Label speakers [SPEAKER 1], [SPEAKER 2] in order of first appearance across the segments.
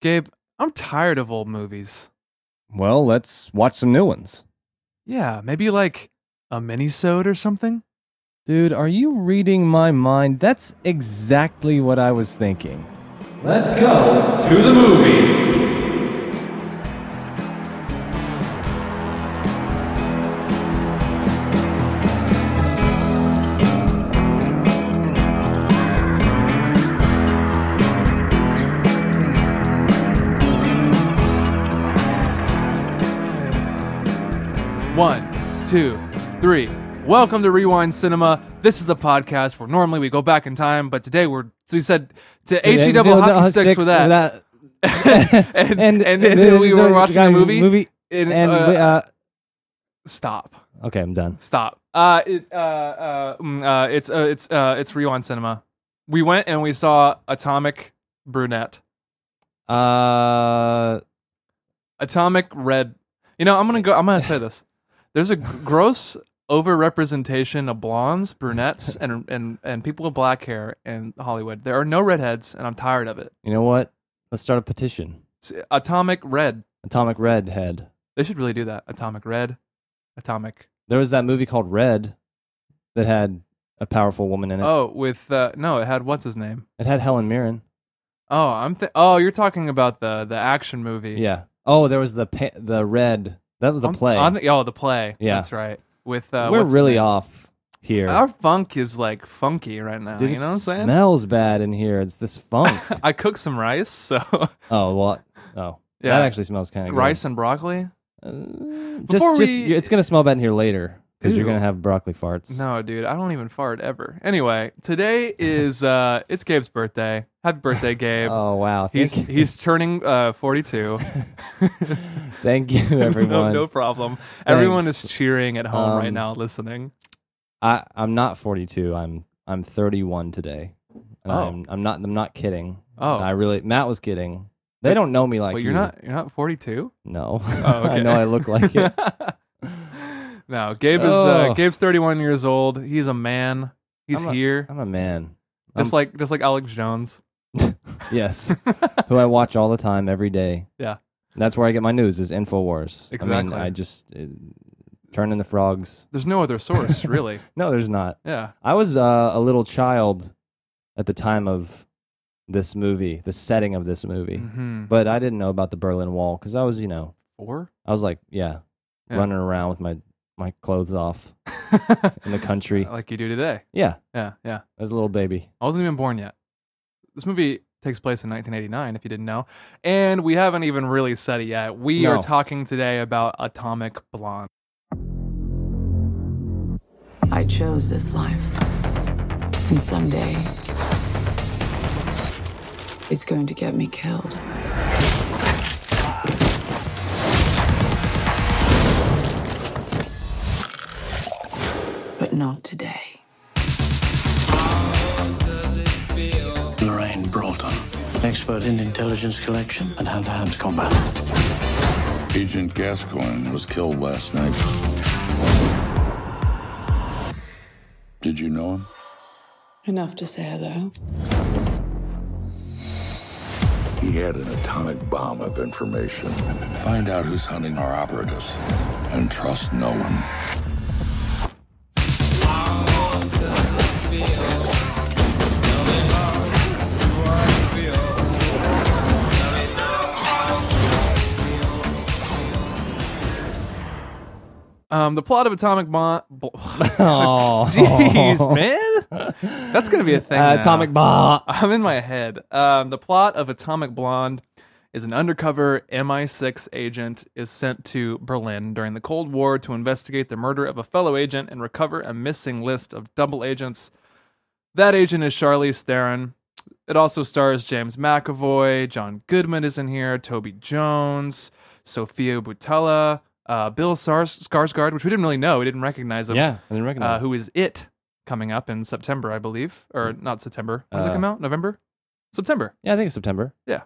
[SPEAKER 1] Gabe, I'm tired of old movies.
[SPEAKER 2] Well, let's watch some new ones.
[SPEAKER 1] Yeah, maybe like a minisode or something.
[SPEAKER 2] Dude, are you reading my mind? That's exactly what I was thinking. Let's go to the movies.
[SPEAKER 1] One, two, three. Welcome to Rewind Cinema. This is the podcast where normally we go back in time, but today we're so we said to HE E double hockey sticks with that, and, and, and then we were watching a movie. in,
[SPEAKER 2] and
[SPEAKER 1] uh,
[SPEAKER 2] we- uh,
[SPEAKER 1] stop,
[SPEAKER 2] okay, I'm done.
[SPEAKER 1] stop. Uh, it, uh, uh, mm, uh, it's uh, it's uh, it's Rewind Cinema. We went and we saw Atomic Brunette,
[SPEAKER 2] Uh,
[SPEAKER 1] Atomic Red. You know, I'm gonna go. I'm gonna say this. There's a gross overrepresentation of blondes, brunettes, and and and people with black hair in Hollywood. There are no redheads, and I'm tired of it.
[SPEAKER 2] you know what? Let's start a petition.
[SPEAKER 1] It's Atomic Red.
[SPEAKER 2] Atomic Red Head.
[SPEAKER 1] They should really do that. Atomic Red. Atomic.
[SPEAKER 2] There was that movie called Red that had a powerful woman in it.
[SPEAKER 1] Oh, with uh, no, it had what's his name?
[SPEAKER 2] It had Helen Mirren.
[SPEAKER 1] Oh, I'm. Th- oh, you're talking about the the action movie.
[SPEAKER 2] Yeah. Oh, there was the pa- the Red. That was a
[SPEAKER 1] I'm-
[SPEAKER 2] play.
[SPEAKER 1] I'm- oh, the play.
[SPEAKER 2] Yeah.
[SPEAKER 1] that's right. With uh,
[SPEAKER 2] We're
[SPEAKER 1] what's his
[SPEAKER 2] really
[SPEAKER 1] name?
[SPEAKER 2] off here.
[SPEAKER 1] Our funk is like funky right now.
[SPEAKER 2] Dude,
[SPEAKER 1] you know what
[SPEAKER 2] it
[SPEAKER 1] I'm saying?
[SPEAKER 2] smells bad in here. It's this funk.
[SPEAKER 1] I cooked some rice, so
[SPEAKER 2] oh, well, oh,
[SPEAKER 1] yeah,
[SPEAKER 2] that actually smells kind of
[SPEAKER 1] rice and broccoli.
[SPEAKER 2] Good. Uh, just,
[SPEAKER 1] Before
[SPEAKER 2] just
[SPEAKER 1] we-
[SPEAKER 2] you- it's gonna smell bad in here later because you're
[SPEAKER 1] Ew.
[SPEAKER 2] gonna have broccoli farts.
[SPEAKER 1] No, dude, I don't even fart ever. Anyway, today is uh, it's Gabe's birthday. Happy birthday, Gabe.
[SPEAKER 2] Oh wow.
[SPEAKER 1] he's
[SPEAKER 2] Thank you.
[SPEAKER 1] he's turning uh 42.
[SPEAKER 2] Thank you, everyone.
[SPEAKER 1] no, no problem. Everyone
[SPEAKER 2] Thanks.
[SPEAKER 1] is cheering at home right
[SPEAKER 2] Um,
[SPEAKER 1] now, listening.
[SPEAKER 2] I I'm not 42. I'm I'm 31 today. And
[SPEAKER 1] Oh.
[SPEAKER 2] I'm, I'm not I'm not kidding.
[SPEAKER 1] Oh.
[SPEAKER 2] I really Matt was kidding. They
[SPEAKER 1] But-
[SPEAKER 2] don't know me like
[SPEAKER 1] Well, you're
[SPEAKER 2] you.
[SPEAKER 1] not you're not 42.
[SPEAKER 2] No.
[SPEAKER 1] Oh,
[SPEAKER 2] I know
[SPEAKER 1] okay.
[SPEAKER 2] I look like it.
[SPEAKER 1] no, Gabe is uh,
[SPEAKER 2] Oh.
[SPEAKER 1] Gabe's 31 years old. He's a man. He's
[SPEAKER 2] I'm a-
[SPEAKER 1] here,
[SPEAKER 2] I'm a man.
[SPEAKER 1] just like just like Alex Jones.
[SPEAKER 2] Yes. Who I watch all the time every day.
[SPEAKER 1] Yeah.
[SPEAKER 2] That's where I get my news is InfoWars. I mean,
[SPEAKER 1] Exactly.
[SPEAKER 2] I just uh, turn in the frogs.
[SPEAKER 1] There's no other source, really.
[SPEAKER 2] No, there's not.
[SPEAKER 1] Yeah.
[SPEAKER 2] I was uh, a little child at the time of this movie, the setting of this movie.
[SPEAKER 1] Mm-hmm.
[SPEAKER 2] But I didn't know about the Berlin Wall cuz I was, you know,
[SPEAKER 1] Or
[SPEAKER 2] I was like, yeah,
[SPEAKER 1] Yeah.
[SPEAKER 2] running around with my my clothes off in the country.
[SPEAKER 1] like you do today.
[SPEAKER 2] Yeah,
[SPEAKER 1] Yeah, yeah.
[SPEAKER 2] as a little baby.
[SPEAKER 1] I wasn't even born yet. This movie takes place in 1989, if you didn't know, and we haven't even really said it yet. We are
[SPEAKER 2] No.
[SPEAKER 1] talking today about Atomic Blonde.
[SPEAKER 3] I chose this life. And someday, it's going to get me killed. But not today.
[SPEAKER 4] Lorraine Broughton, an expert in intelligence collection and hand to hand combat.
[SPEAKER 5] Agent Gascoigne was killed last night. Did you know him?
[SPEAKER 3] Enough to say hello.
[SPEAKER 5] He had an atomic bomb of information. Find out who's hunting our operatives and trust no one.
[SPEAKER 1] Um, the plot of Atomic Blonde.
[SPEAKER 2] Oh,
[SPEAKER 1] Jeez, man, that's gonna be a thing. now.
[SPEAKER 2] atomic bomb.
[SPEAKER 1] I'm in my head. Um, the plot of Atomic Blonde is an undercover MI6 agent is sent to Berlin during the Cold War to investigate the murder of a fellow agent and recover a missing list of double agents. That agent is Charlize Theron. It also stars James McAvoy, John Goodman is in here, Toby Jones, Sophia Butella, uh, Bill Sars- Skarsgård, which we didn't really know. We didn't recognize him.
[SPEAKER 2] Yeah, I didn't recognize.
[SPEAKER 1] Uh, who is it coming up in September, I believe, or not September? When does it
[SPEAKER 2] Uh,
[SPEAKER 1] come out? November, September,
[SPEAKER 2] yeah, I think it's September.
[SPEAKER 1] end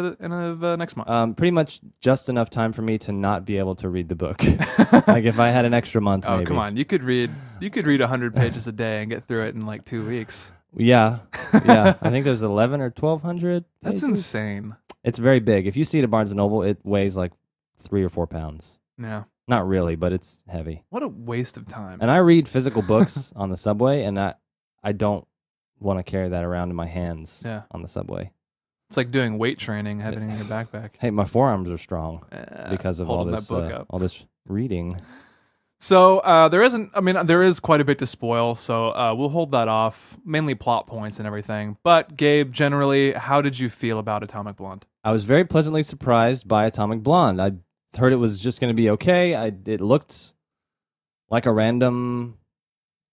[SPEAKER 1] of the end of uh, next month.
[SPEAKER 2] Um, pretty much just enough time for me to not be able to read the book. like if I had an extra month,
[SPEAKER 1] oh
[SPEAKER 2] maybe.
[SPEAKER 1] come on, you could read you could read hundred pages a day and get through it in like two weeks.
[SPEAKER 2] Yeah, yeah. I think there's eleven or twelve hundred.
[SPEAKER 1] That's insane.
[SPEAKER 2] It's very big. If you see it at Barnes and Noble, it weighs like three or four pounds.
[SPEAKER 1] Yeah.
[SPEAKER 2] Not really, but it's heavy.
[SPEAKER 1] What a waste of time.
[SPEAKER 2] And I read physical books on the subway, and I I don't want to carry that around in my hands
[SPEAKER 1] Yeah.
[SPEAKER 2] on the subway.
[SPEAKER 1] It's like doing weight training, having it in your backpack.
[SPEAKER 2] Hey, my forearms are strong
[SPEAKER 1] Eh,
[SPEAKER 2] because of all
[SPEAKER 1] holding
[SPEAKER 2] this
[SPEAKER 1] that book
[SPEAKER 2] uh,
[SPEAKER 1] up.
[SPEAKER 2] all this reading.
[SPEAKER 1] So uh, there isn't. I mean, there is quite a bit to spoil. So uh, we'll hold that off, mainly plot points and everything. But Gabe, generally, how did you feel about Atomic Blonde?
[SPEAKER 2] I was very pleasantly surprised by Atomic Blonde. I heard it was just going to be okay. I, it looked like a random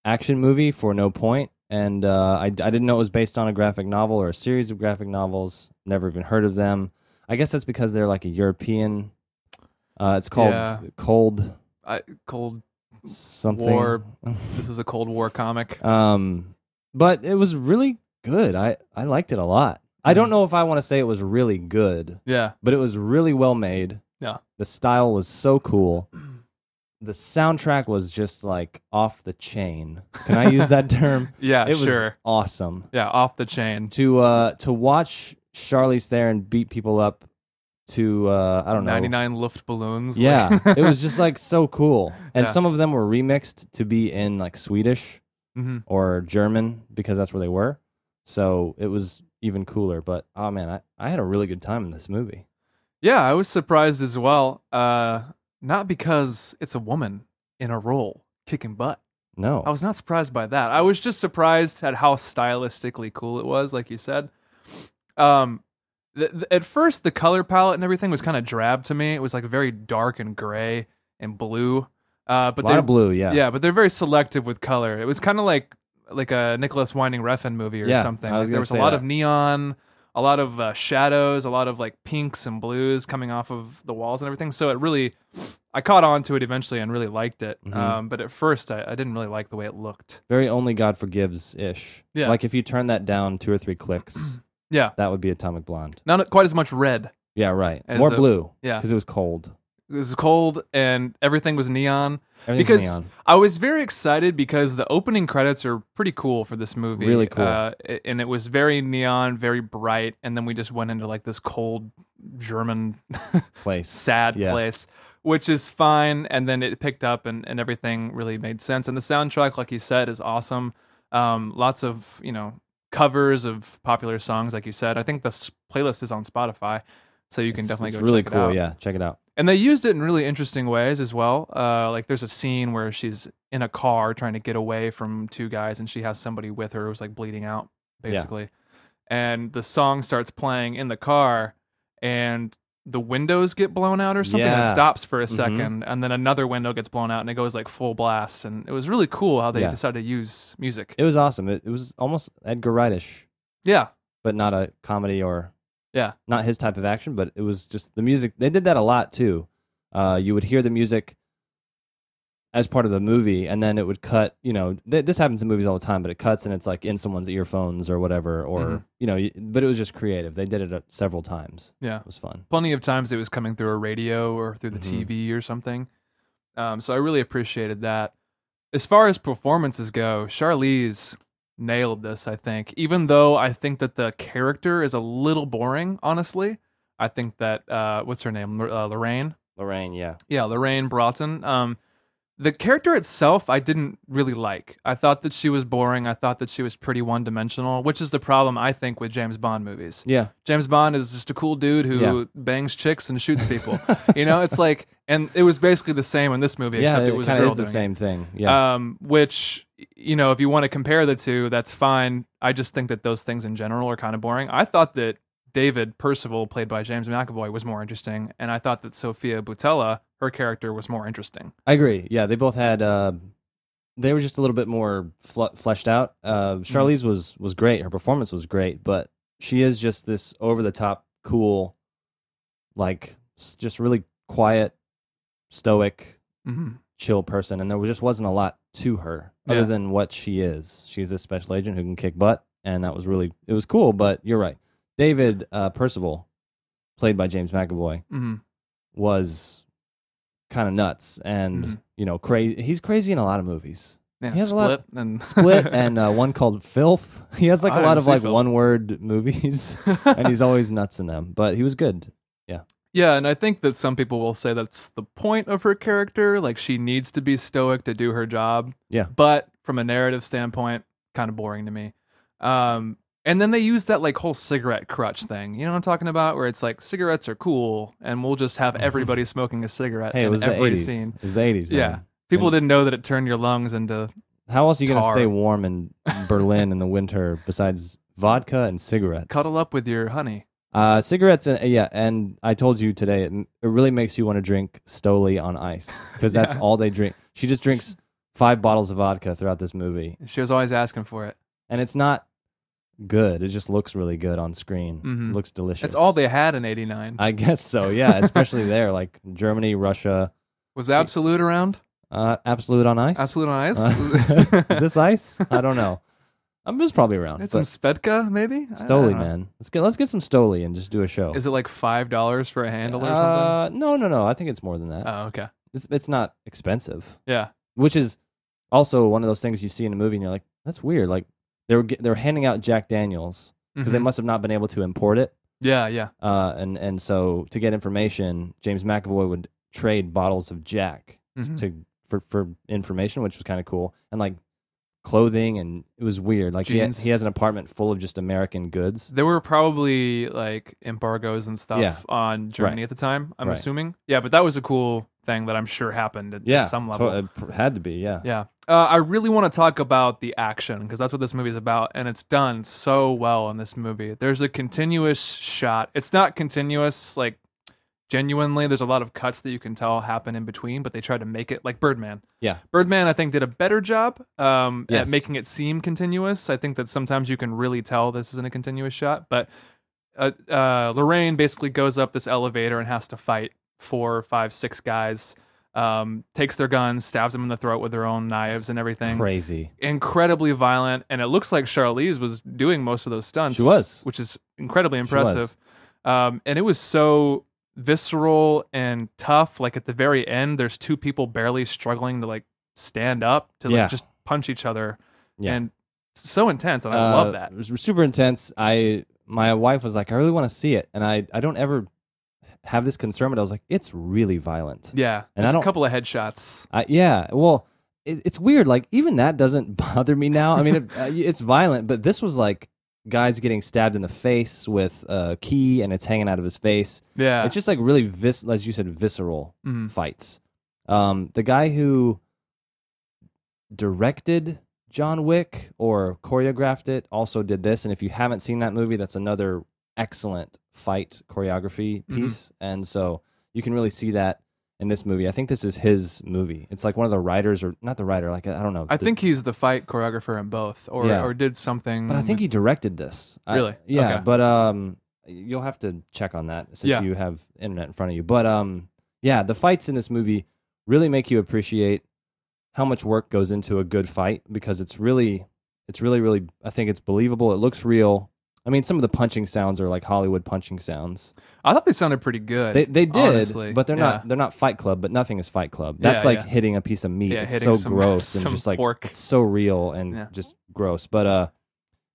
[SPEAKER 2] action movie for no point, and uh, I, I didn't know it was based on a graphic novel or a series of graphic novels. Never even heard of them. I guess that's because they're like a European. Uh, it's called
[SPEAKER 1] Yeah.
[SPEAKER 2] Cold
[SPEAKER 1] I, cold.
[SPEAKER 2] Something.
[SPEAKER 1] War. This is a Cold War comic.
[SPEAKER 2] Um, but it was really good. I I liked it a lot. I don't know if I want to say it was really good
[SPEAKER 1] Yeah,
[SPEAKER 2] but it was really well made.
[SPEAKER 1] Yeah.
[SPEAKER 2] The style was so cool. The soundtrack was just like off the chain. Can I use that term?
[SPEAKER 1] yeah,
[SPEAKER 2] it was
[SPEAKER 1] sure.
[SPEAKER 2] awesome.
[SPEAKER 1] Yeah, off the chain.
[SPEAKER 2] To uh to watch Charlize Theron beat people up to uh I don't know.
[SPEAKER 1] Ninety nine Luft balloons. like-
[SPEAKER 2] Yeah. it was just like so cool. And
[SPEAKER 1] Yeah.
[SPEAKER 2] some of them were remixed to be in like Swedish
[SPEAKER 1] Mhm.
[SPEAKER 2] or German because that's where they were. So it was even cooler. But oh man, I, I had a really good time in this movie.
[SPEAKER 1] Yeah, I was surprised as well. Uh, not because it's a woman in a role kicking butt.
[SPEAKER 2] No.
[SPEAKER 1] I was not surprised by that. I was just surprised at how stylistically cool it was, like you said. Um, th- th- at first, the color palette and everything was kind of drab to me. It was like very dark and gray and blue. Uh, but
[SPEAKER 2] a lot
[SPEAKER 1] they,
[SPEAKER 2] of blue, yeah.
[SPEAKER 1] yeah. but they're very selective with color. It was kind of like like a Nicholas Winding Refn movie or
[SPEAKER 2] Yeah,
[SPEAKER 1] something.
[SPEAKER 2] I was
[SPEAKER 1] Like,
[SPEAKER 2] gonna
[SPEAKER 1] there was a
[SPEAKER 2] say
[SPEAKER 1] lot
[SPEAKER 2] that.
[SPEAKER 1] of neon, a lot of uh, shadows, a lot of like pinks and blues coming off of the walls and everything. So it really, I caught on to it eventually and really liked it.
[SPEAKER 2] Mhm.
[SPEAKER 1] Um, but at first, I, I didn't really like the way it looked.
[SPEAKER 2] very only God forgives ish.
[SPEAKER 1] Yeah.
[SPEAKER 2] Like if you turn that down two or three clicks,
[SPEAKER 1] Yeah,
[SPEAKER 2] that would be Atomic Blonde.
[SPEAKER 1] not quite as much red.
[SPEAKER 2] Yeah, right.
[SPEAKER 1] As
[SPEAKER 2] More
[SPEAKER 1] a-
[SPEAKER 2] blue.
[SPEAKER 1] yeah.
[SPEAKER 2] Because it was cold.
[SPEAKER 1] It was cold and everything was neon.
[SPEAKER 2] Everything's
[SPEAKER 1] Because
[SPEAKER 2] neon.
[SPEAKER 1] I was very excited because the opening credits are pretty cool for this movie.
[SPEAKER 2] Really cool.
[SPEAKER 1] Uh, a- and it was very neon, very bright. And then we just went into like this cold German
[SPEAKER 2] Place.
[SPEAKER 1] sad
[SPEAKER 2] Yeah.
[SPEAKER 1] place, which is fine. And then it picked up and, and everything really made sense. And the soundtrack, like you said, is awesome. Um, lots of, you know, covers of popular songs, like you said. I think the s- playlist is on Spotify. So you can
[SPEAKER 2] It's-
[SPEAKER 1] definitely
[SPEAKER 2] it's
[SPEAKER 1] go
[SPEAKER 2] really
[SPEAKER 1] check it
[SPEAKER 2] cool.
[SPEAKER 1] out
[SPEAKER 2] Yeah. Check it out.
[SPEAKER 1] and they used it in really interesting ways as well. Uh, like there's a scene where she's in a car trying to get away from two guys, and she has somebody with her who's like bleeding out,
[SPEAKER 2] Yeah.
[SPEAKER 1] basically. And the song starts playing in the car, and the windows get blown out or something. And it
[SPEAKER 2] Yeah.
[SPEAKER 1] stops for a
[SPEAKER 2] Mhm.
[SPEAKER 1] 2nd and then another window gets blown out, and it goes like full blast. And it was really cool how they
[SPEAKER 2] Yeah.
[SPEAKER 1] decided to use music.
[SPEAKER 2] It was awesome. It, it was almost Edgar Wrightish,
[SPEAKER 1] yeah,
[SPEAKER 2] but not a comedy or
[SPEAKER 1] Yeah.
[SPEAKER 2] not his type of action, but it was just the music. They did that a lot too. Uh, you would hear the music as part of the movie, and then it would cut. You know, th- this happens in movies all the time, but it cuts and it's like in someone's earphones or whatever, or
[SPEAKER 1] Mhm.
[SPEAKER 2] you know. y- But it was just creative. They did it uh, several times.
[SPEAKER 1] yeah.
[SPEAKER 2] It was fun.
[SPEAKER 1] plenty of times it was coming through a radio or through the
[SPEAKER 2] Mhm.
[SPEAKER 1] TV or something. Um, so I really appreciated that. As far as performances go, Charlize nailed this, I think. Even though I think that the character is a little boring, honestly. I think that, uh, what's her name? Lor- Uh, Lorraine?
[SPEAKER 2] Lorraine, yeah,
[SPEAKER 1] Yeah, Lorraine Broughton. Um, the character itself, I didn't really like. I thought that she was boring. I thought that she was pretty one dimensional, which is the problem, I think, with James Bond movies.
[SPEAKER 2] yeah,
[SPEAKER 1] James Bond is just a cool dude who
[SPEAKER 2] Yeah.
[SPEAKER 1] bangs chicks and shoots people. you know, it's like, and it was basically the same in this movie,
[SPEAKER 2] yeah.
[SPEAKER 1] except
[SPEAKER 2] It,
[SPEAKER 1] it, was a
[SPEAKER 2] kind
[SPEAKER 1] girl
[SPEAKER 2] of is the
[SPEAKER 1] doing it.
[SPEAKER 2] same thing. Yeah,
[SPEAKER 1] Um, which y- you know, if you want to compare the two, that's fine. I just think that those things in general are kind of boring. I thought that David Percival, played by James McAvoy, was more interesting, and I thought that Sophia Butella, her character, was more interesting.
[SPEAKER 2] I agree. Yeah, they both had. Uh, they were just a little bit more fl- fleshed out. Uh, Charlize was was great. Her performance was great, but she is just this over the top, cool, like s- just really quiet, stoic,
[SPEAKER 1] hmm
[SPEAKER 2] chill person. And there was- just wasn't a lot to her other
[SPEAKER 1] Yeah.
[SPEAKER 2] than what she is. She's a special agent who can kick butt, and that was really it was cool. But you're right, David uh, Percival, played by James McAvoy
[SPEAKER 1] hmm
[SPEAKER 2] was kind of nuts and
[SPEAKER 1] Mhm. Mm-hmm.
[SPEAKER 2] you know crazy he's crazy in a lot of movies
[SPEAKER 1] Yeah,
[SPEAKER 2] He has a
[SPEAKER 1] split
[SPEAKER 2] lot-
[SPEAKER 1] and
[SPEAKER 2] Split and uh, one called Filth. He has like
[SPEAKER 1] I
[SPEAKER 2] a
[SPEAKER 1] haven't
[SPEAKER 2] lot of
[SPEAKER 1] seen
[SPEAKER 2] like
[SPEAKER 1] Filth.
[SPEAKER 2] one word movies, and he's always nuts in them. But he was good.
[SPEAKER 1] Yeah, and I think that some people will say that's the point of her character. Like she needs to be stoic to do her job.
[SPEAKER 2] Yeah.
[SPEAKER 1] But from a narrative standpoint, kind of boring to me. Um, and then they use that like whole cigarette crutch thing. You know what I'm talking about? Where it's like cigarettes are cool, and we'll just have everybody smoking a cigarette
[SPEAKER 2] Hey,
[SPEAKER 1] in
[SPEAKER 2] it was the
[SPEAKER 1] every
[SPEAKER 2] eighties.
[SPEAKER 1] scene.
[SPEAKER 2] It was the eighties.
[SPEAKER 1] Yeah. People didn't know that it turned your lungs into.
[SPEAKER 2] How else are you going to
[SPEAKER 1] Tar.
[SPEAKER 2] stay warm in Berlin in the winter besides vodka and cigarettes?
[SPEAKER 1] Cuddle up with your honey.
[SPEAKER 2] Uh, cigarettes and yeah, and I told you today it, it really makes you want to drink Stoli on ice because that's all they drink. She just drinks five bottles of vodka throughout this movie,
[SPEAKER 1] She was always asking for it.
[SPEAKER 2] and it's not good. It just looks really good on screen.
[SPEAKER 1] Mhm.
[SPEAKER 2] It looks delicious.
[SPEAKER 1] That's all they had in '89.
[SPEAKER 2] I guess so. Yeah, especially there, like Germany, Russia.
[SPEAKER 1] Was Absolute around?
[SPEAKER 2] Uh, Absolute on ice.
[SPEAKER 1] Absolute on ice?
[SPEAKER 2] Uh, is this ice? I don't know. I'm just probably around.
[SPEAKER 1] Had some
[SPEAKER 2] but-
[SPEAKER 1] Svedka, maybe? I- I
[SPEAKER 2] Stoli,
[SPEAKER 1] don't know.
[SPEAKER 2] man. Let's get let's get some Stoli and just do a show.
[SPEAKER 1] Is it like five dollars for a handle or something?
[SPEAKER 2] Oh. Uh, no, no, no. I think it's more than that.
[SPEAKER 1] Oh, okay.
[SPEAKER 2] It's it's not expensive,
[SPEAKER 1] Yeah.
[SPEAKER 2] which is also one of those things you see in a movie and you're like, that's weird. Like they were get, they were handing out Jack Daniels because they
[SPEAKER 1] Mhm.
[SPEAKER 2] must have not been able to import it.
[SPEAKER 1] Yeah, yeah.
[SPEAKER 2] Uh, and and so to get information, James McAvoy would trade bottles of Jack s-
[SPEAKER 1] Mhm.
[SPEAKER 2] to for for information, which was kind of cool, and like clothing and it was weird. Like he, ha-
[SPEAKER 1] Jeans.
[SPEAKER 2] he has an apartment full of just American goods.
[SPEAKER 1] There were probably like embargoes and stuff
[SPEAKER 2] Yeah.
[SPEAKER 1] on Germany
[SPEAKER 2] Right.
[SPEAKER 1] at the time. I'm
[SPEAKER 2] Right.
[SPEAKER 1] assuming. Yeah, but that was a cool thing that I'm sure happened at, at
[SPEAKER 2] Yeah,
[SPEAKER 1] some
[SPEAKER 2] to-
[SPEAKER 1] level.
[SPEAKER 2] it pr- had to be. Yeah,
[SPEAKER 1] yeah. Uh, I really want to talk about the action because that's what this movie is about, and it's done so well in this movie. There's a continuous shot. It's not continuous, like genuinely. There's a lot of cuts that you can tell happen in between, but they try to make it like Birdman.
[SPEAKER 2] yeah.
[SPEAKER 1] Birdman, I think, did a better job um,
[SPEAKER 2] Yes.
[SPEAKER 1] at making it seem continuous. I think that sometimes you can really tell this isn't a continuous shot. But uh, uh, Lorraine basically goes up this elevator and has to fight four, five, six guys. Um, takes their guns, stabs them in the throat with their own knives and everything.
[SPEAKER 2] Crazy.
[SPEAKER 1] Incredibly violent, and it looks like Charlize was doing most of those stunts.
[SPEAKER 2] She was.
[SPEAKER 1] which is incredibly
[SPEAKER 2] was.
[SPEAKER 1] impressive. Um, and it was so visceral and tough. Like at the very end, there's two people barely struggling to like stand up to like
[SPEAKER 2] Yeah.
[SPEAKER 1] just punch each other.
[SPEAKER 2] Yeah.
[SPEAKER 1] And it's so intense, and I love
[SPEAKER 2] Uh,
[SPEAKER 1] that.
[SPEAKER 2] It was super intense. I my wife was like, I really want to see it, and I I don't ever have this concern, but I was like, it's really violent.
[SPEAKER 1] Yeah,
[SPEAKER 2] and I
[SPEAKER 1] there's a
[SPEAKER 2] don't-
[SPEAKER 1] couple of headshots.
[SPEAKER 2] I, Uh, yeah. Well, it, it's weird. Like even that doesn't bother me now. I mean, it, uh, it's violent, but this was like guys getting stabbed in the face with a key, and it's hanging out of his face.
[SPEAKER 1] Yeah,
[SPEAKER 2] It's just like really vis, as you said, visceral
[SPEAKER 1] Mhm.
[SPEAKER 2] fights. Um, the guy who directed John Wick or choreographed it also did this. And if you haven't seen that movie, that's another excellent fight choreography
[SPEAKER 1] Mhm.
[SPEAKER 2] piece. And so you can really see that in this movie. I think this is his movie. It's like one of the writers, or not the writer, like I don't know.
[SPEAKER 1] I
[SPEAKER 2] the-
[SPEAKER 1] think he's the fight choreographer in both, or
[SPEAKER 2] Yeah.
[SPEAKER 1] or did something.
[SPEAKER 2] but I think he directed this. I-
[SPEAKER 1] Really?
[SPEAKER 2] yeah.
[SPEAKER 1] Okay.
[SPEAKER 2] But um, you'll have to check on that since
[SPEAKER 1] Yeah.
[SPEAKER 2] you have internet in front of you. But um, yeah, the fights in this movie really make you appreciate how much work goes into a good fight because it's really, it's really, really. I think it's believable. It looks real. I mean, some of the punching sounds are like Hollywood punching sounds.
[SPEAKER 1] I thought they sounded pretty good.
[SPEAKER 2] They they did,
[SPEAKER 1] honestly.
[SPEAKER 2] but they're
[SPEAKER 1] Yeah.
[SPEAKER 2] not they're not Fight Club. But nothing is Fight Club. That's
[SPEAKER 1] Yeah,
[SPEAKER 2] like
[SPEAKER 1] yeah.
[SPEAKER 2] hitting a piece of meat.
[SPEAKER 1] Yeah,
[SPEAKER 2] it's
[SPEAKER 1] hitting
[SPEAKER 2] so
[SPEAKER 1] some-
[SPEAKER 2] gross and
[SPEAKER 1] some
[SPEAKER 2] just like
[SPEAKER 1] pork.
[SPEAKER 2] it's so real and
[SPEAKER 1] Yeah.
[SPEAKER 2] just gross. But uh,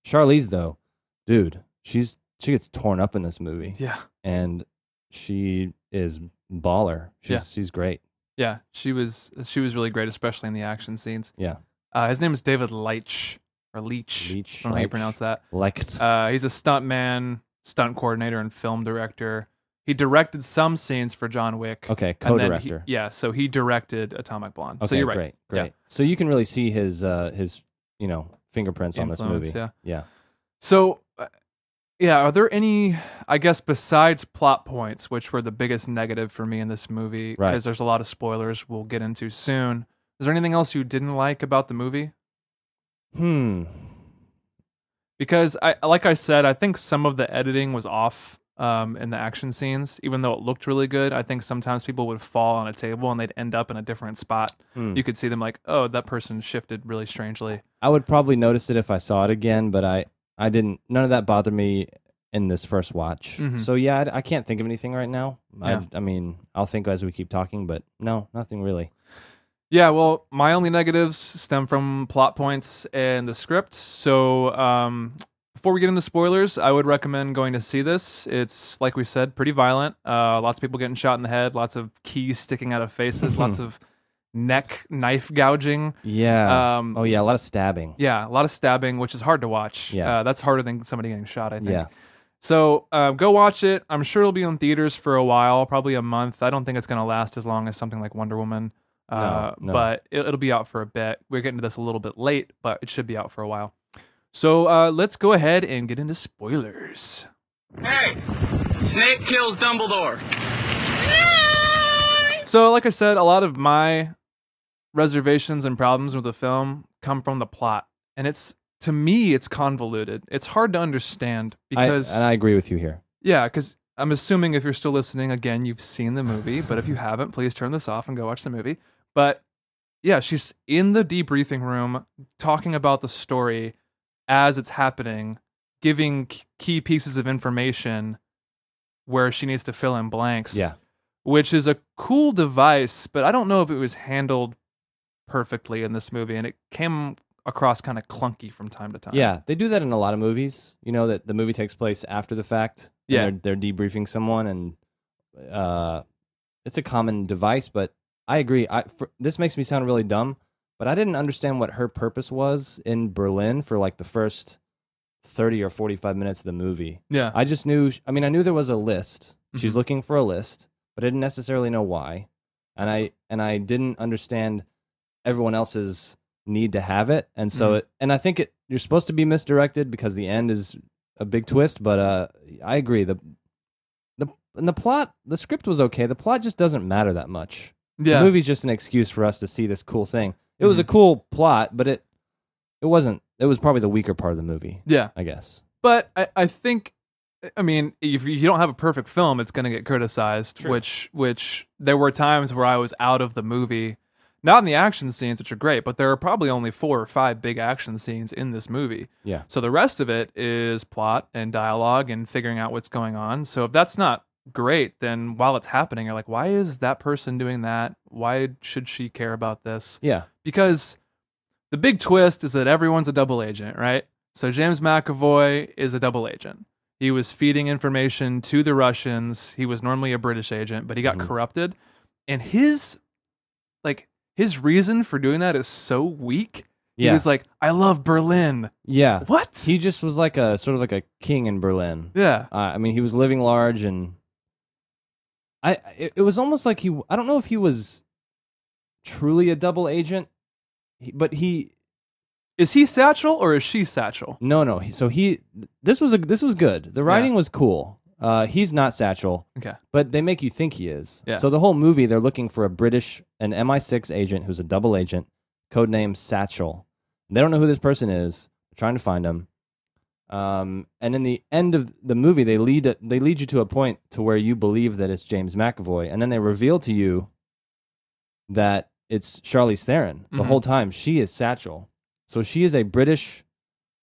[SPEAKER 2] Charlize though, dude, she's she gets torn up in this movie,
[SPEAKER 1] Yeah,
[SPEAKER 2] and she is baller. She's she's great.
[SPEAKER 1] yeah. She was she was really great, especially in the action scenes.
[SPEAKER 2] Yeah,
[SPEAKER 1] Uh, his name is David Leitch or Leach.
[SPEAKER 2] Leach,
[SPEAKER 1] I don't know how you
[SPEAKER 2] Leitch.
[SPEAKER 1] pronounce that.
[SPEAKER 2] like
[SPEAKER 1] Uh, he's a stuntman, stunt coordinator, and film director. He directed some scenes for John Wick.
[SPEAKER 2] okay,
[SPEAKER 1] and then he-
[SPEAKER 2] co-director.
[SPEAKER 1] yeah, so he directed Atomic Blonde.
[SPEAKER 2] Okay,
[SPEAKER 1] so you're right.
[SPEAKER 2] great,
[SPEAKER 1] Yeah.
[SPEAKER 2] great. So you can really see his uh his you know fingerprints on
[SPEAKER 1] Influence,
[SPEAKER 2] this movie.
[SPEAKER 1] yeah.
[SPEAKER 2] yeah.
[SPEAKER 1] So, uh, yeah, are there any, I guess, besides plot points, which were the biggest negative for me in this movie?
[SPEAKER 2] Right.
[SPEAKER 1] Because there's a lot of spoilers we'll get into soon. Is there anything else you didn't like about the movie?
[SPEAKER 2] Hmm.
[SPEAKER 1] because I like I said, I think some of the editing was off um, in the action scenes, even though it looked really good. I think sometimes people would fall on a table and they'd end up in a different spot.
[SPEAKER 2] Hmm.
[SPEAKER 1] You could see them like, oh, that person shifted really strangely.
[SPEAKER 2] I would probably notice it if I saw it again, but I, I didn't. None of that bothered me in this first watch.
[SPEAKER 1] Mhm.
[SPEAKER 2] So yeah, I, I can't think of anything right now.
[SPEAKER 1] Yeah. Um,
[SPEAKER 2] I, I mean, I'll think as we keep talking, but no, nothing really.
[SPEAKER 1] Yeah, well, my only negatives stem from plot points and the script. So, um, before we get into spoilers, I would recommend going to see this. It's like we said, pretty violent. Uh, lots of people getting shot in the head. Lots of keys sticking out of faces. lots of neck knife gouging.
[SPEAKER 2] Yeah.
[SPEAKER 1] Um,
[SPEAKER 2] oh yeah, a lot of stabbing.
[SPEAKER 1] Yeah, a lot of stabbing, which is hard to watch.
[SPEAKER 2] Yeah.
[SPEAKER 1] uh, that's harder than somebody getting shot. I think.
[SPEAKER 2] Yeah.
[SPEAKER 1] So uh, go watch it. I'm sure it'll be in theaters for a while, probably a month. I don't think it's going to last as long as something like Wonder Woman. Uh,
[SPEAKER 2] No, no.
[SPEAKER 1] But it, it'll be out for a bit. We're getting to this a little bit late, but it should be out for a while. So uh, let's go ahead and get into spoilers.
[SPEAKER 6] Hey, Snape kills Dumbledore.
[SPEAKER 1] So, like I said, a lot of my reservations and problems with the film come from the plot, and it's to me it's convoluted. It's hard to understand
[SPEAKER 2] I,
[SPEAKER 1] because
[SPEAKER 2] and I agree with you here.
[SPEAKER 1] Yeah, because I'm assuming if you're still listening, again, you've seen the movie. But if you haven't, please turn this off and go watch the movie. But yeah, she's in the debriefing room talking about the story as it's happening, giving k- key pieces of information where she needs to fill in blanks.
[SPEAKER 2] Yeah.
[SPEAKER 1] Which is a cool device, but I don't know if it was handled perfectly in this movie. And it came across kind of clunky from time to time.
[SPEAKER 2] Yeah, they do that in a lot of movies. You know that the movie takes place after the fact. and
[SPEAKER 1] Yeah.
[SPEAKER 2] they're, they're debriefing someone, and uh, it's a common device. But I agree. I for, this makes me sound really dumb, but I didn't understand what her purpose was in Berlin for like the first thirty or forty-five minutes of the movie.
[SPEAKER 1] Yeah.
[SPEAKER 2] I just knew. I mean, I knew there was a list. She's
[SPEAKER 1] Mhm.
[SPEAKER 2] looking for a list, but I didn't necessarily know why, and I and I didn't understand everyone else's need to have it, and so
[SPEAKER 1] Mhm.
[SPEAKER 2] it. And I think it. You're supposed to be misdirected because the end is a big twist, but uh, I agree. the the and the plot, the script was okay. The plot just doesn't matter that much.
[SPEAKER 1] Yeah. Mm-hmm.
[SPEAKER 2] The movie's just an excuse for us to see this cool thing. It was a cool plot, but it it wasn't. It was probably the weaker part of the movie,
[SPEAKER 1] yeah.
[SPEAKER 2] I guess.
[SPEAKER 1] But I, I think, I mean, if you don't have a perfect film, it's going to get criticized. Which, which there were times where I was out of the movie, not in the action scenes, which are great, but there are probably only four or five big action scenes in this movie.
[SPEAKER 2] Yeah.
[SPEAKER 1] So the rest of it is plot and dialogue and figuring out what's going on. So if that's not great, then while it's happening, you're like, why is that person doing that? Why should she care about this?
[SPEAKER 2] Yeah.
[SPEAKER 1] because the big twist is that everyone's a double agent, right? So James McAvoy is a double agent. He was feeding information to the Russians. He was normally a British agent, but he got
[SPEAKER 2] Mhm.
[SPEAKER 1] corrupted. And his like his reason for doing that is so weak. He
[SPEAKER 2] Yeah.
[SPEAKER 1] was like, "I love Berlin."
[SPEAKER 2] Yeah.
[SPEAKER 1] What?
[SPEAKER 2] He just was like a sort of like a king in Berlin.
[SPEAKER 1] yeah.
[SPEAKER 2] Uh, I mean, he was living large, and I it, it was almost like he. I don't know if he was truly a double agent, he, but he
[SPEAKER 1] Is he Satchel or is she Satchel?
[SPEAKER 2] no no. He, so he this was a this was good. The writing was cool. Uh, he's not Satchel,
[SPEAKER 1] Okay.
[SPEAKER 2] but they make you think he is.
[SPEAKER 1] Yeah.
[SPEAKER 2] So the whole movie, they're looking for a British, an MI6 agent who's a double agent, codename Satchel. They don't know who this person is. They're trying to find him. Um, and in the end of the movie, they lead they lead you to a point to where you believe that it's James McAvoy, and then they reveal to you that it's Charlize Theron. The
[SPEAKER 1] Mhm.
[SPEAKER 2] whole time, she is Satchel. So she is a British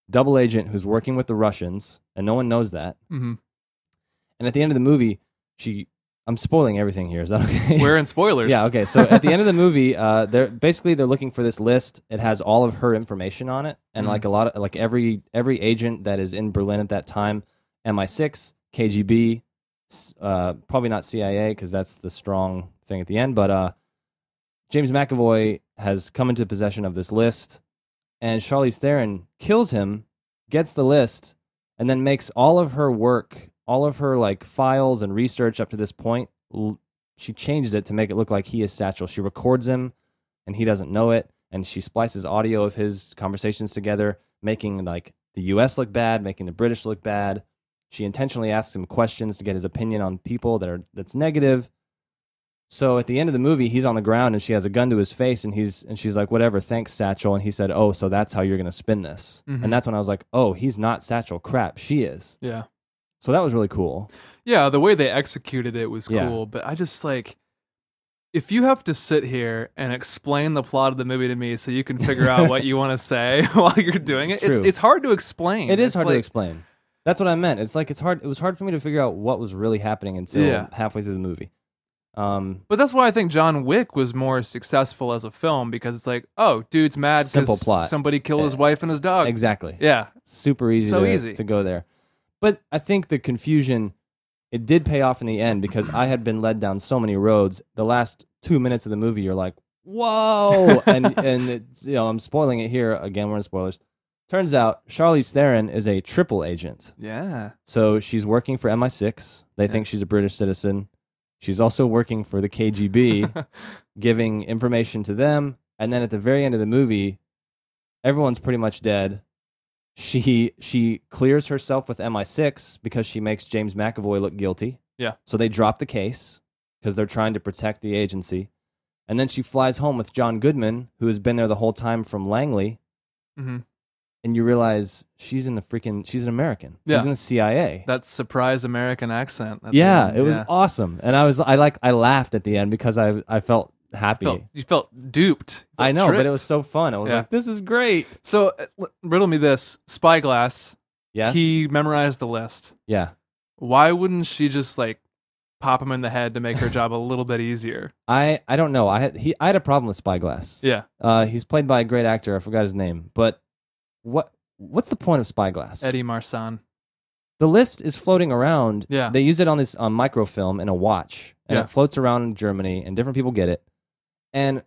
[SPEAKER 2] double agent who's working with the Russians, and no one knows that.
[SPEAKER 1] Mhm.
[SPEAKER 2] And at the end of the movie, she. I'm spoiling everything here. Is that okay?
[SPEAKER 1] We're in spoilers.
[SPEAKER 2] yeah. Okay. So at the end of the movie, uh, they're basically they're looking for this list. It has all of her information on it, and
[SPEAKER 1] Mhm.
[SPEAKER 2] like a lot of like every every agent that is in Berlin at that time, MI6, KGB, s- uh, probably not CIA because that's the strong thing at the end. But uh, James McAvoy has come into possession of this list, and Charlize Theron kills him, gets the list, and then makes all of her work, all of her like files and research up to this point. L- she changes it to make it look like he is Satchel. She records him, and he doesn't know it, and she splices audio of his conversations together, making like the U.S. look bad, making the British look bad. She intentionally asks him questions to get his opinion on people that are that's negative. So at the end of the movie, he's on the ground and she has a gun to his face and he's and she's like, "Whatever, thanks, Satchel." And he said, "Oh, so that's how you're gonna spin this."
[SPEAKER 1] Mhm.
[SPEAKER 2] And that's when I was like, "Oh, he's not Satchel. Crap, she is."
[SPEAKER 1] Yeah.
[SPEAKER 2] So that was really cool.
[SPEAKER 1] Yeah, the way they executed it was cool,
[SPEAKER 2] Yeah.
[SPEAKER 1] but I just like if you have to sit here and explain the plot of the movie to me so you can figure out what you want to say while you're doing it, it's,
[SPEAKER 2] True.
[SPEAKER 1] it's hard to explain.
[SPEAKER 2] It is
[SPEAKER 1] It's
[SPEAKER 2] hard to
[SPEAKER 1] like-
[SPEAKER 2] explain. That's what I meant. It's like it's hard. It was hard for me to figure out what was really happening until
[SPEAKER 1] Yeah.
[SPEAKER 2] halfway through the movie. Um,
[SPEAKER 1] But that's why I think John Wick was more successful as a film because it's like, oh, dude's mad 'cause
[SPEAKER 2] Simple plot. Eh,
[SPEAKER 1] somebody killed his
[SPEAKER 2] Yeah.
[SPEAKER 1] wife and his dog.
[SPEAKER 2] exactly.
[SPEAKER 1] Oh, Yeah.
[SPEAKER 2] super easy,
[SPEAKER 1] So
[SPEAKER 2] to,
[SPEAKER 1] easy.
[SPEAKER 2] to go there. But I think the confusion it did pay off in the end because I had been led down so many roads. The last two minutes of the movie, you're like, "Whoa!" and and it's, you know I'm spoiling it here again. We're in spoilers. Turns out Charlize Theron is a triple agent.
[SPEAKER 1] Yeah.
[SPEAKER 2] So she's working for MI6. They think she's a British citizen. She's also working for the KGB, giving information to them. And then at the very end of the movie, everyone's pretty much dead. She she clears herself with MI6 because she makes James McAvoy look guilty.
[SPEAKER 1] Yeah.
[SPEAKER 2] So they drop the case because they're trying to protect the agency. And then she flies home with John Goodman, who has been there the whole time from Langley
[SPEAKER 1] hmm
[SPEAKER 2] and you realize she's in the freaking she's an American.
[SPEAKER 1] Yeah.
[SPEAKER 2] She's in the CIA.
[SPEAKER 1] That surprise American accent. at the
[SPEAKER 2] yeah,
[SPEAKER 1] end.
[SPEAKER 2] it was
[SPEAKER 1] Yeah.
[SPEAKER 2] awesome. And I was I like I laughed at the end because I I felt happy.
[SPEAKER 1] Felt- you felt duped.
[SPEAKER 2] I know, but
[SPEAKER 1] Tricked.
[SPEAKER 2] it was so fun. I was
[SPEAKER 1] Yeah.
[SPEAKER 2] like, this is great.
[SPEAKER 1] So uh, l- riddle me this: Spyglass.
[SPEAKER 2] Yes.
[SPEAKER 1] He memorized the list.
[SPEAKER 2] yeah.
[SPEAKER 1] Why wouldn't she just like pop him in the head to make her job a little bit easier?
[SPEAKER 2] I, I don't know. I had he I had a problem with Spyglass.
[SPEAKER 1] Yeah.
[SPEAKER 2] Uh, he's played by a great actor. I forgot his name. But what what's the point of Spyglass?
[SPEAKER 1] Eddie Marsan.
[SPEAKER 2] the list is floating around.
[SPEAKER 1] Yeah.
[SPEAKER 2] They use it on this um, microfilm in a watch, and
[SPEAKER 1] Yeah.
[SPEAKER 2] it floats around in Germany, and different people get it. And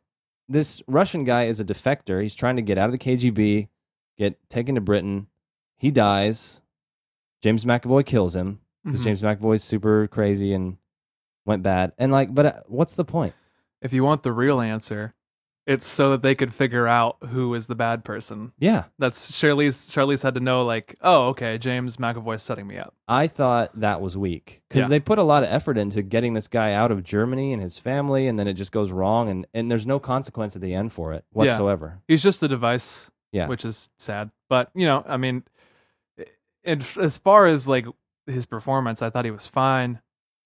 [SPEAKER 2] this Russian guy is a defector. He's trying to get out of the KGB, get taken to Britain. He dies. James McAvoy kills him because
[SPEAKER 1] Mhm.
[SPEAKER 2] James McAvoy's super crazy and went bad. And like, but uh, what's the point?
[SPEAKER 1] If you want the real answer, it's so that they could figure out who is the bad person.
[SPEAKER 2] Yeah,
[SPEAKER 1] That's Charlize. Charlize had to know, like, oh, okay, James McAvoy's setting me up.
[SPEAKER 2] I thought that was weak because
[SPEAKER 1] Yeah.
[SPEAKER 2] they put a lot of effort into getting this guy out of Germany and his family, and then it just goes wrong, and, and there's no consequence at the end for it
[SPEAKER 1] Yeah.
[SPEAKER 2] whatsoever.
[SPEAKER 1] He's just a device,
[SPEAKER 2] Yeah.
[SPEAKER 1] which is sad. But you know, I mean, and f- as far as like his performance, I thought he was fine.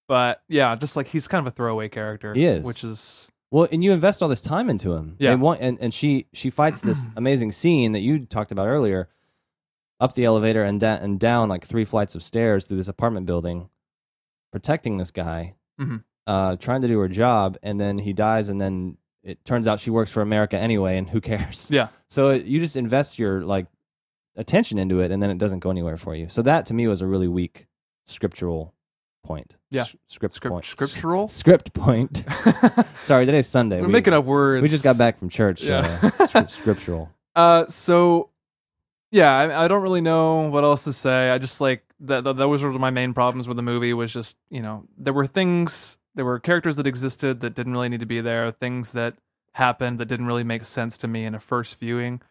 [SPEAKER 1] But yeah, just like he's kind of a throwaway character.
[SPEAKER 2] He is.
[SPEAKER 1] which is
[SPEAKER 2] Well, and you invest all this time into him.
[SPEAKER 1] Yeah.
[SPEAKER 2] They want, and, and she she fights this amazing scene that you talked about earlier, up the elevator and da- and down like three flights of stairs through this apartment building, protecting this guy,
[SPEAKER 1] Mhm.
[SPEAKER 2] uh, trying to do her job, and then he dies, and then it turns out she works for America anyway, and who cares?
[SPEAKER 1] yeah,
[SPEAKER 2] So it, you just invest your like attention into it, and then it doesn't go anywhere for you. So that to me was a really weak scriptural point.
[SPEAKER 1] Yeah.
[SPEAKER 2] S- script,
[SPEAKER 1] script
[SPEAKER 2] point.
[SPEAKER 1] scriptural.
[SPEAKER 2] Script point. Sorry, today's Sunday.
[SPEAKER 1] We're
[SPEAKER 2] We-
[SPEAKER 1] making up words.
[SPEAKER 2] we just got back from church.
[SPEAKER 1] Yeah.
[SPEAKER 2] Uh, scr- scriptural.
[SPEAKER 1] Uh, so yeah, I, I don't really know what else to say. I just like that. that- Those were my main problems with the movie. Was just you know there were things, there were characters that existed that didn't really need to be there. Things that happened that didn't really make sense to me in a first viewing.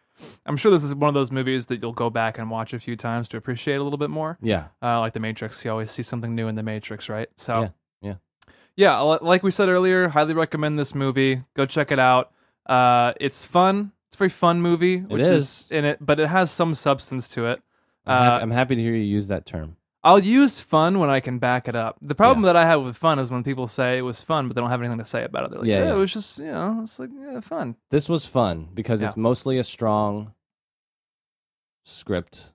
[SPEAKER 1] I'm sure this is one of those movies that you'll go back and watch a few times to appreciate a little bit more.
[SPEAKER 2] Yeah.
[SPEAKER 1] Uh, like the Matrix, you always see something new in the Matrix, right? So
[SPEAKER 2] yeah.
[SPEAKER 1] yeah. li- Like we said earlier, highly recommend this movie. Go check it out. Uh, it's fun. It's a very fun movie, which
[SPEAKER 2] is.
[SPEAKER 1] in it, but it has some substance to it.
[SPEAKER 2] I'm, hap-
[SPEAKER 1] Uh,
[SPEAKER 2] I'm happy to hear you use that term.
[SPEAKER 1] I'll use fun when I can back it up. The problem
[SPEAKER 2] Yeah.
[SPEAKER 1] that I have with fun is when people say it was fun, but they don't have anything to say about it. They're like,
[SPEAKER 2] Yeah,
[SPEAKER 1] yeah,
[SPEAKER 2] yeah.
[SPEAKER 1] it was just, you know, it's like yeah, fun.
[SPEAKER 2] This was fun because it's
[SPEAKER 1] Yeah.
[SPEAKER 2] mostly a strong script.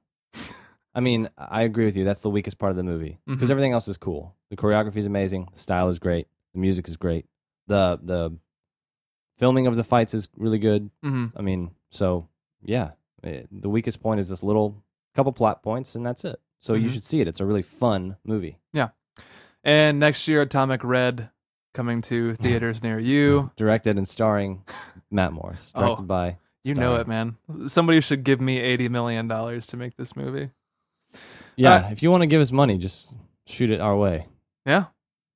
[SPEAKER 2] I mean, I agree with you. That's the weakest part of the movie because
[SPEAKER 1] Mhm.
[SPEAKER 2] everything else is cool. The choreography is amazing. The style is great. The music is great. The the filming of the fights is really good.
[SPEAKER 1] hmm
[SPEAKER 2] I mean, so yeah, eh, the weakest point is this little couple plot points, and that's it. So you
[SPEAKER 1] Mhm.
[SPEAKER 2] should see it. It's a really fun movie.
[SPEAKER 1] And next year, Atomic Red coming to theaters near you.
[SPEAKER 2] directed and starring Matt Morris.
[SPEAKER 1] Oh,
[SPEAKER 2] Directed by
[SPEAKER 1] You know
[SPEAKER 2] starring-
[SPEAKER 1] it, man. Somebody should give me $80 million to make this movie.
[SPEAKER 2] Yeah, if you want to give us money, just shoot it our way.
[SPEAKER 1] Yeah.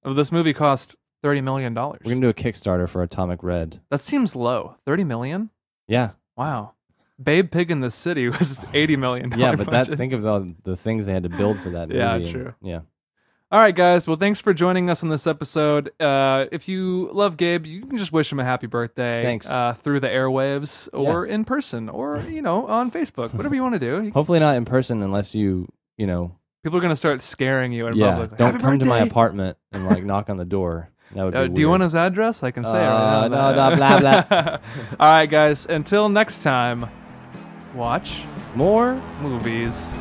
[SPEAKER 1] Well, this movie cost $30 million.
[SPEAKER 2] We're gonna do a Kickstarter for Atomic Red.
[SPEAKER 1] That seems low. $30 million?
[SPEAKER 2] Yeah,
[SPEAKER 1] Wow. Babe Pig in the City was $80 million.
[SPEAKER 2] yeah, but that
[SPEAKER 1] budget.
[SPEAKER 2] think of the the things they had to build for that movie.
[SPEAKER 1] Yeah,
[SPEAKER 2] and-
[SPEAKER 1] true.
[SPEAKER 2] Yeah,
[SPEAKER 1] All right, guys. Well, thanks for joining us on this episode. Uh, if you love Gabe, you can just wish him a happy birthday.
[SPEAKER 2] Thanks.
[SPEAKER 1] Uh, through the airwaves or in person or, you know, on Facebook, whatever you want to do.
[SPEAKER 2] hopefully not in person unless you you know
[SPEAKER 1] People are going to start scaring you in
[SPEAKER 2] yeah
[SPEAKER 1] public.
[SPEAKER 2] don't come to my apartment and like knock on the door. That would
[SPEAKER 1] Uh,
[SPEAKER 2] be
[SPEAKER 1] do you want
[SPEAKER 2] weird.
[SPEAKER 1] his address? I can say it
[SPEAKER 2] Uh,
[SPEAKER 1] right now.
[SPEAKER 2] no, no, blah, blah.
[SPEAKER 1] All right, guys. Until next time, watch
[SPEAKER 2] more?
[SPEAKER 1] movies.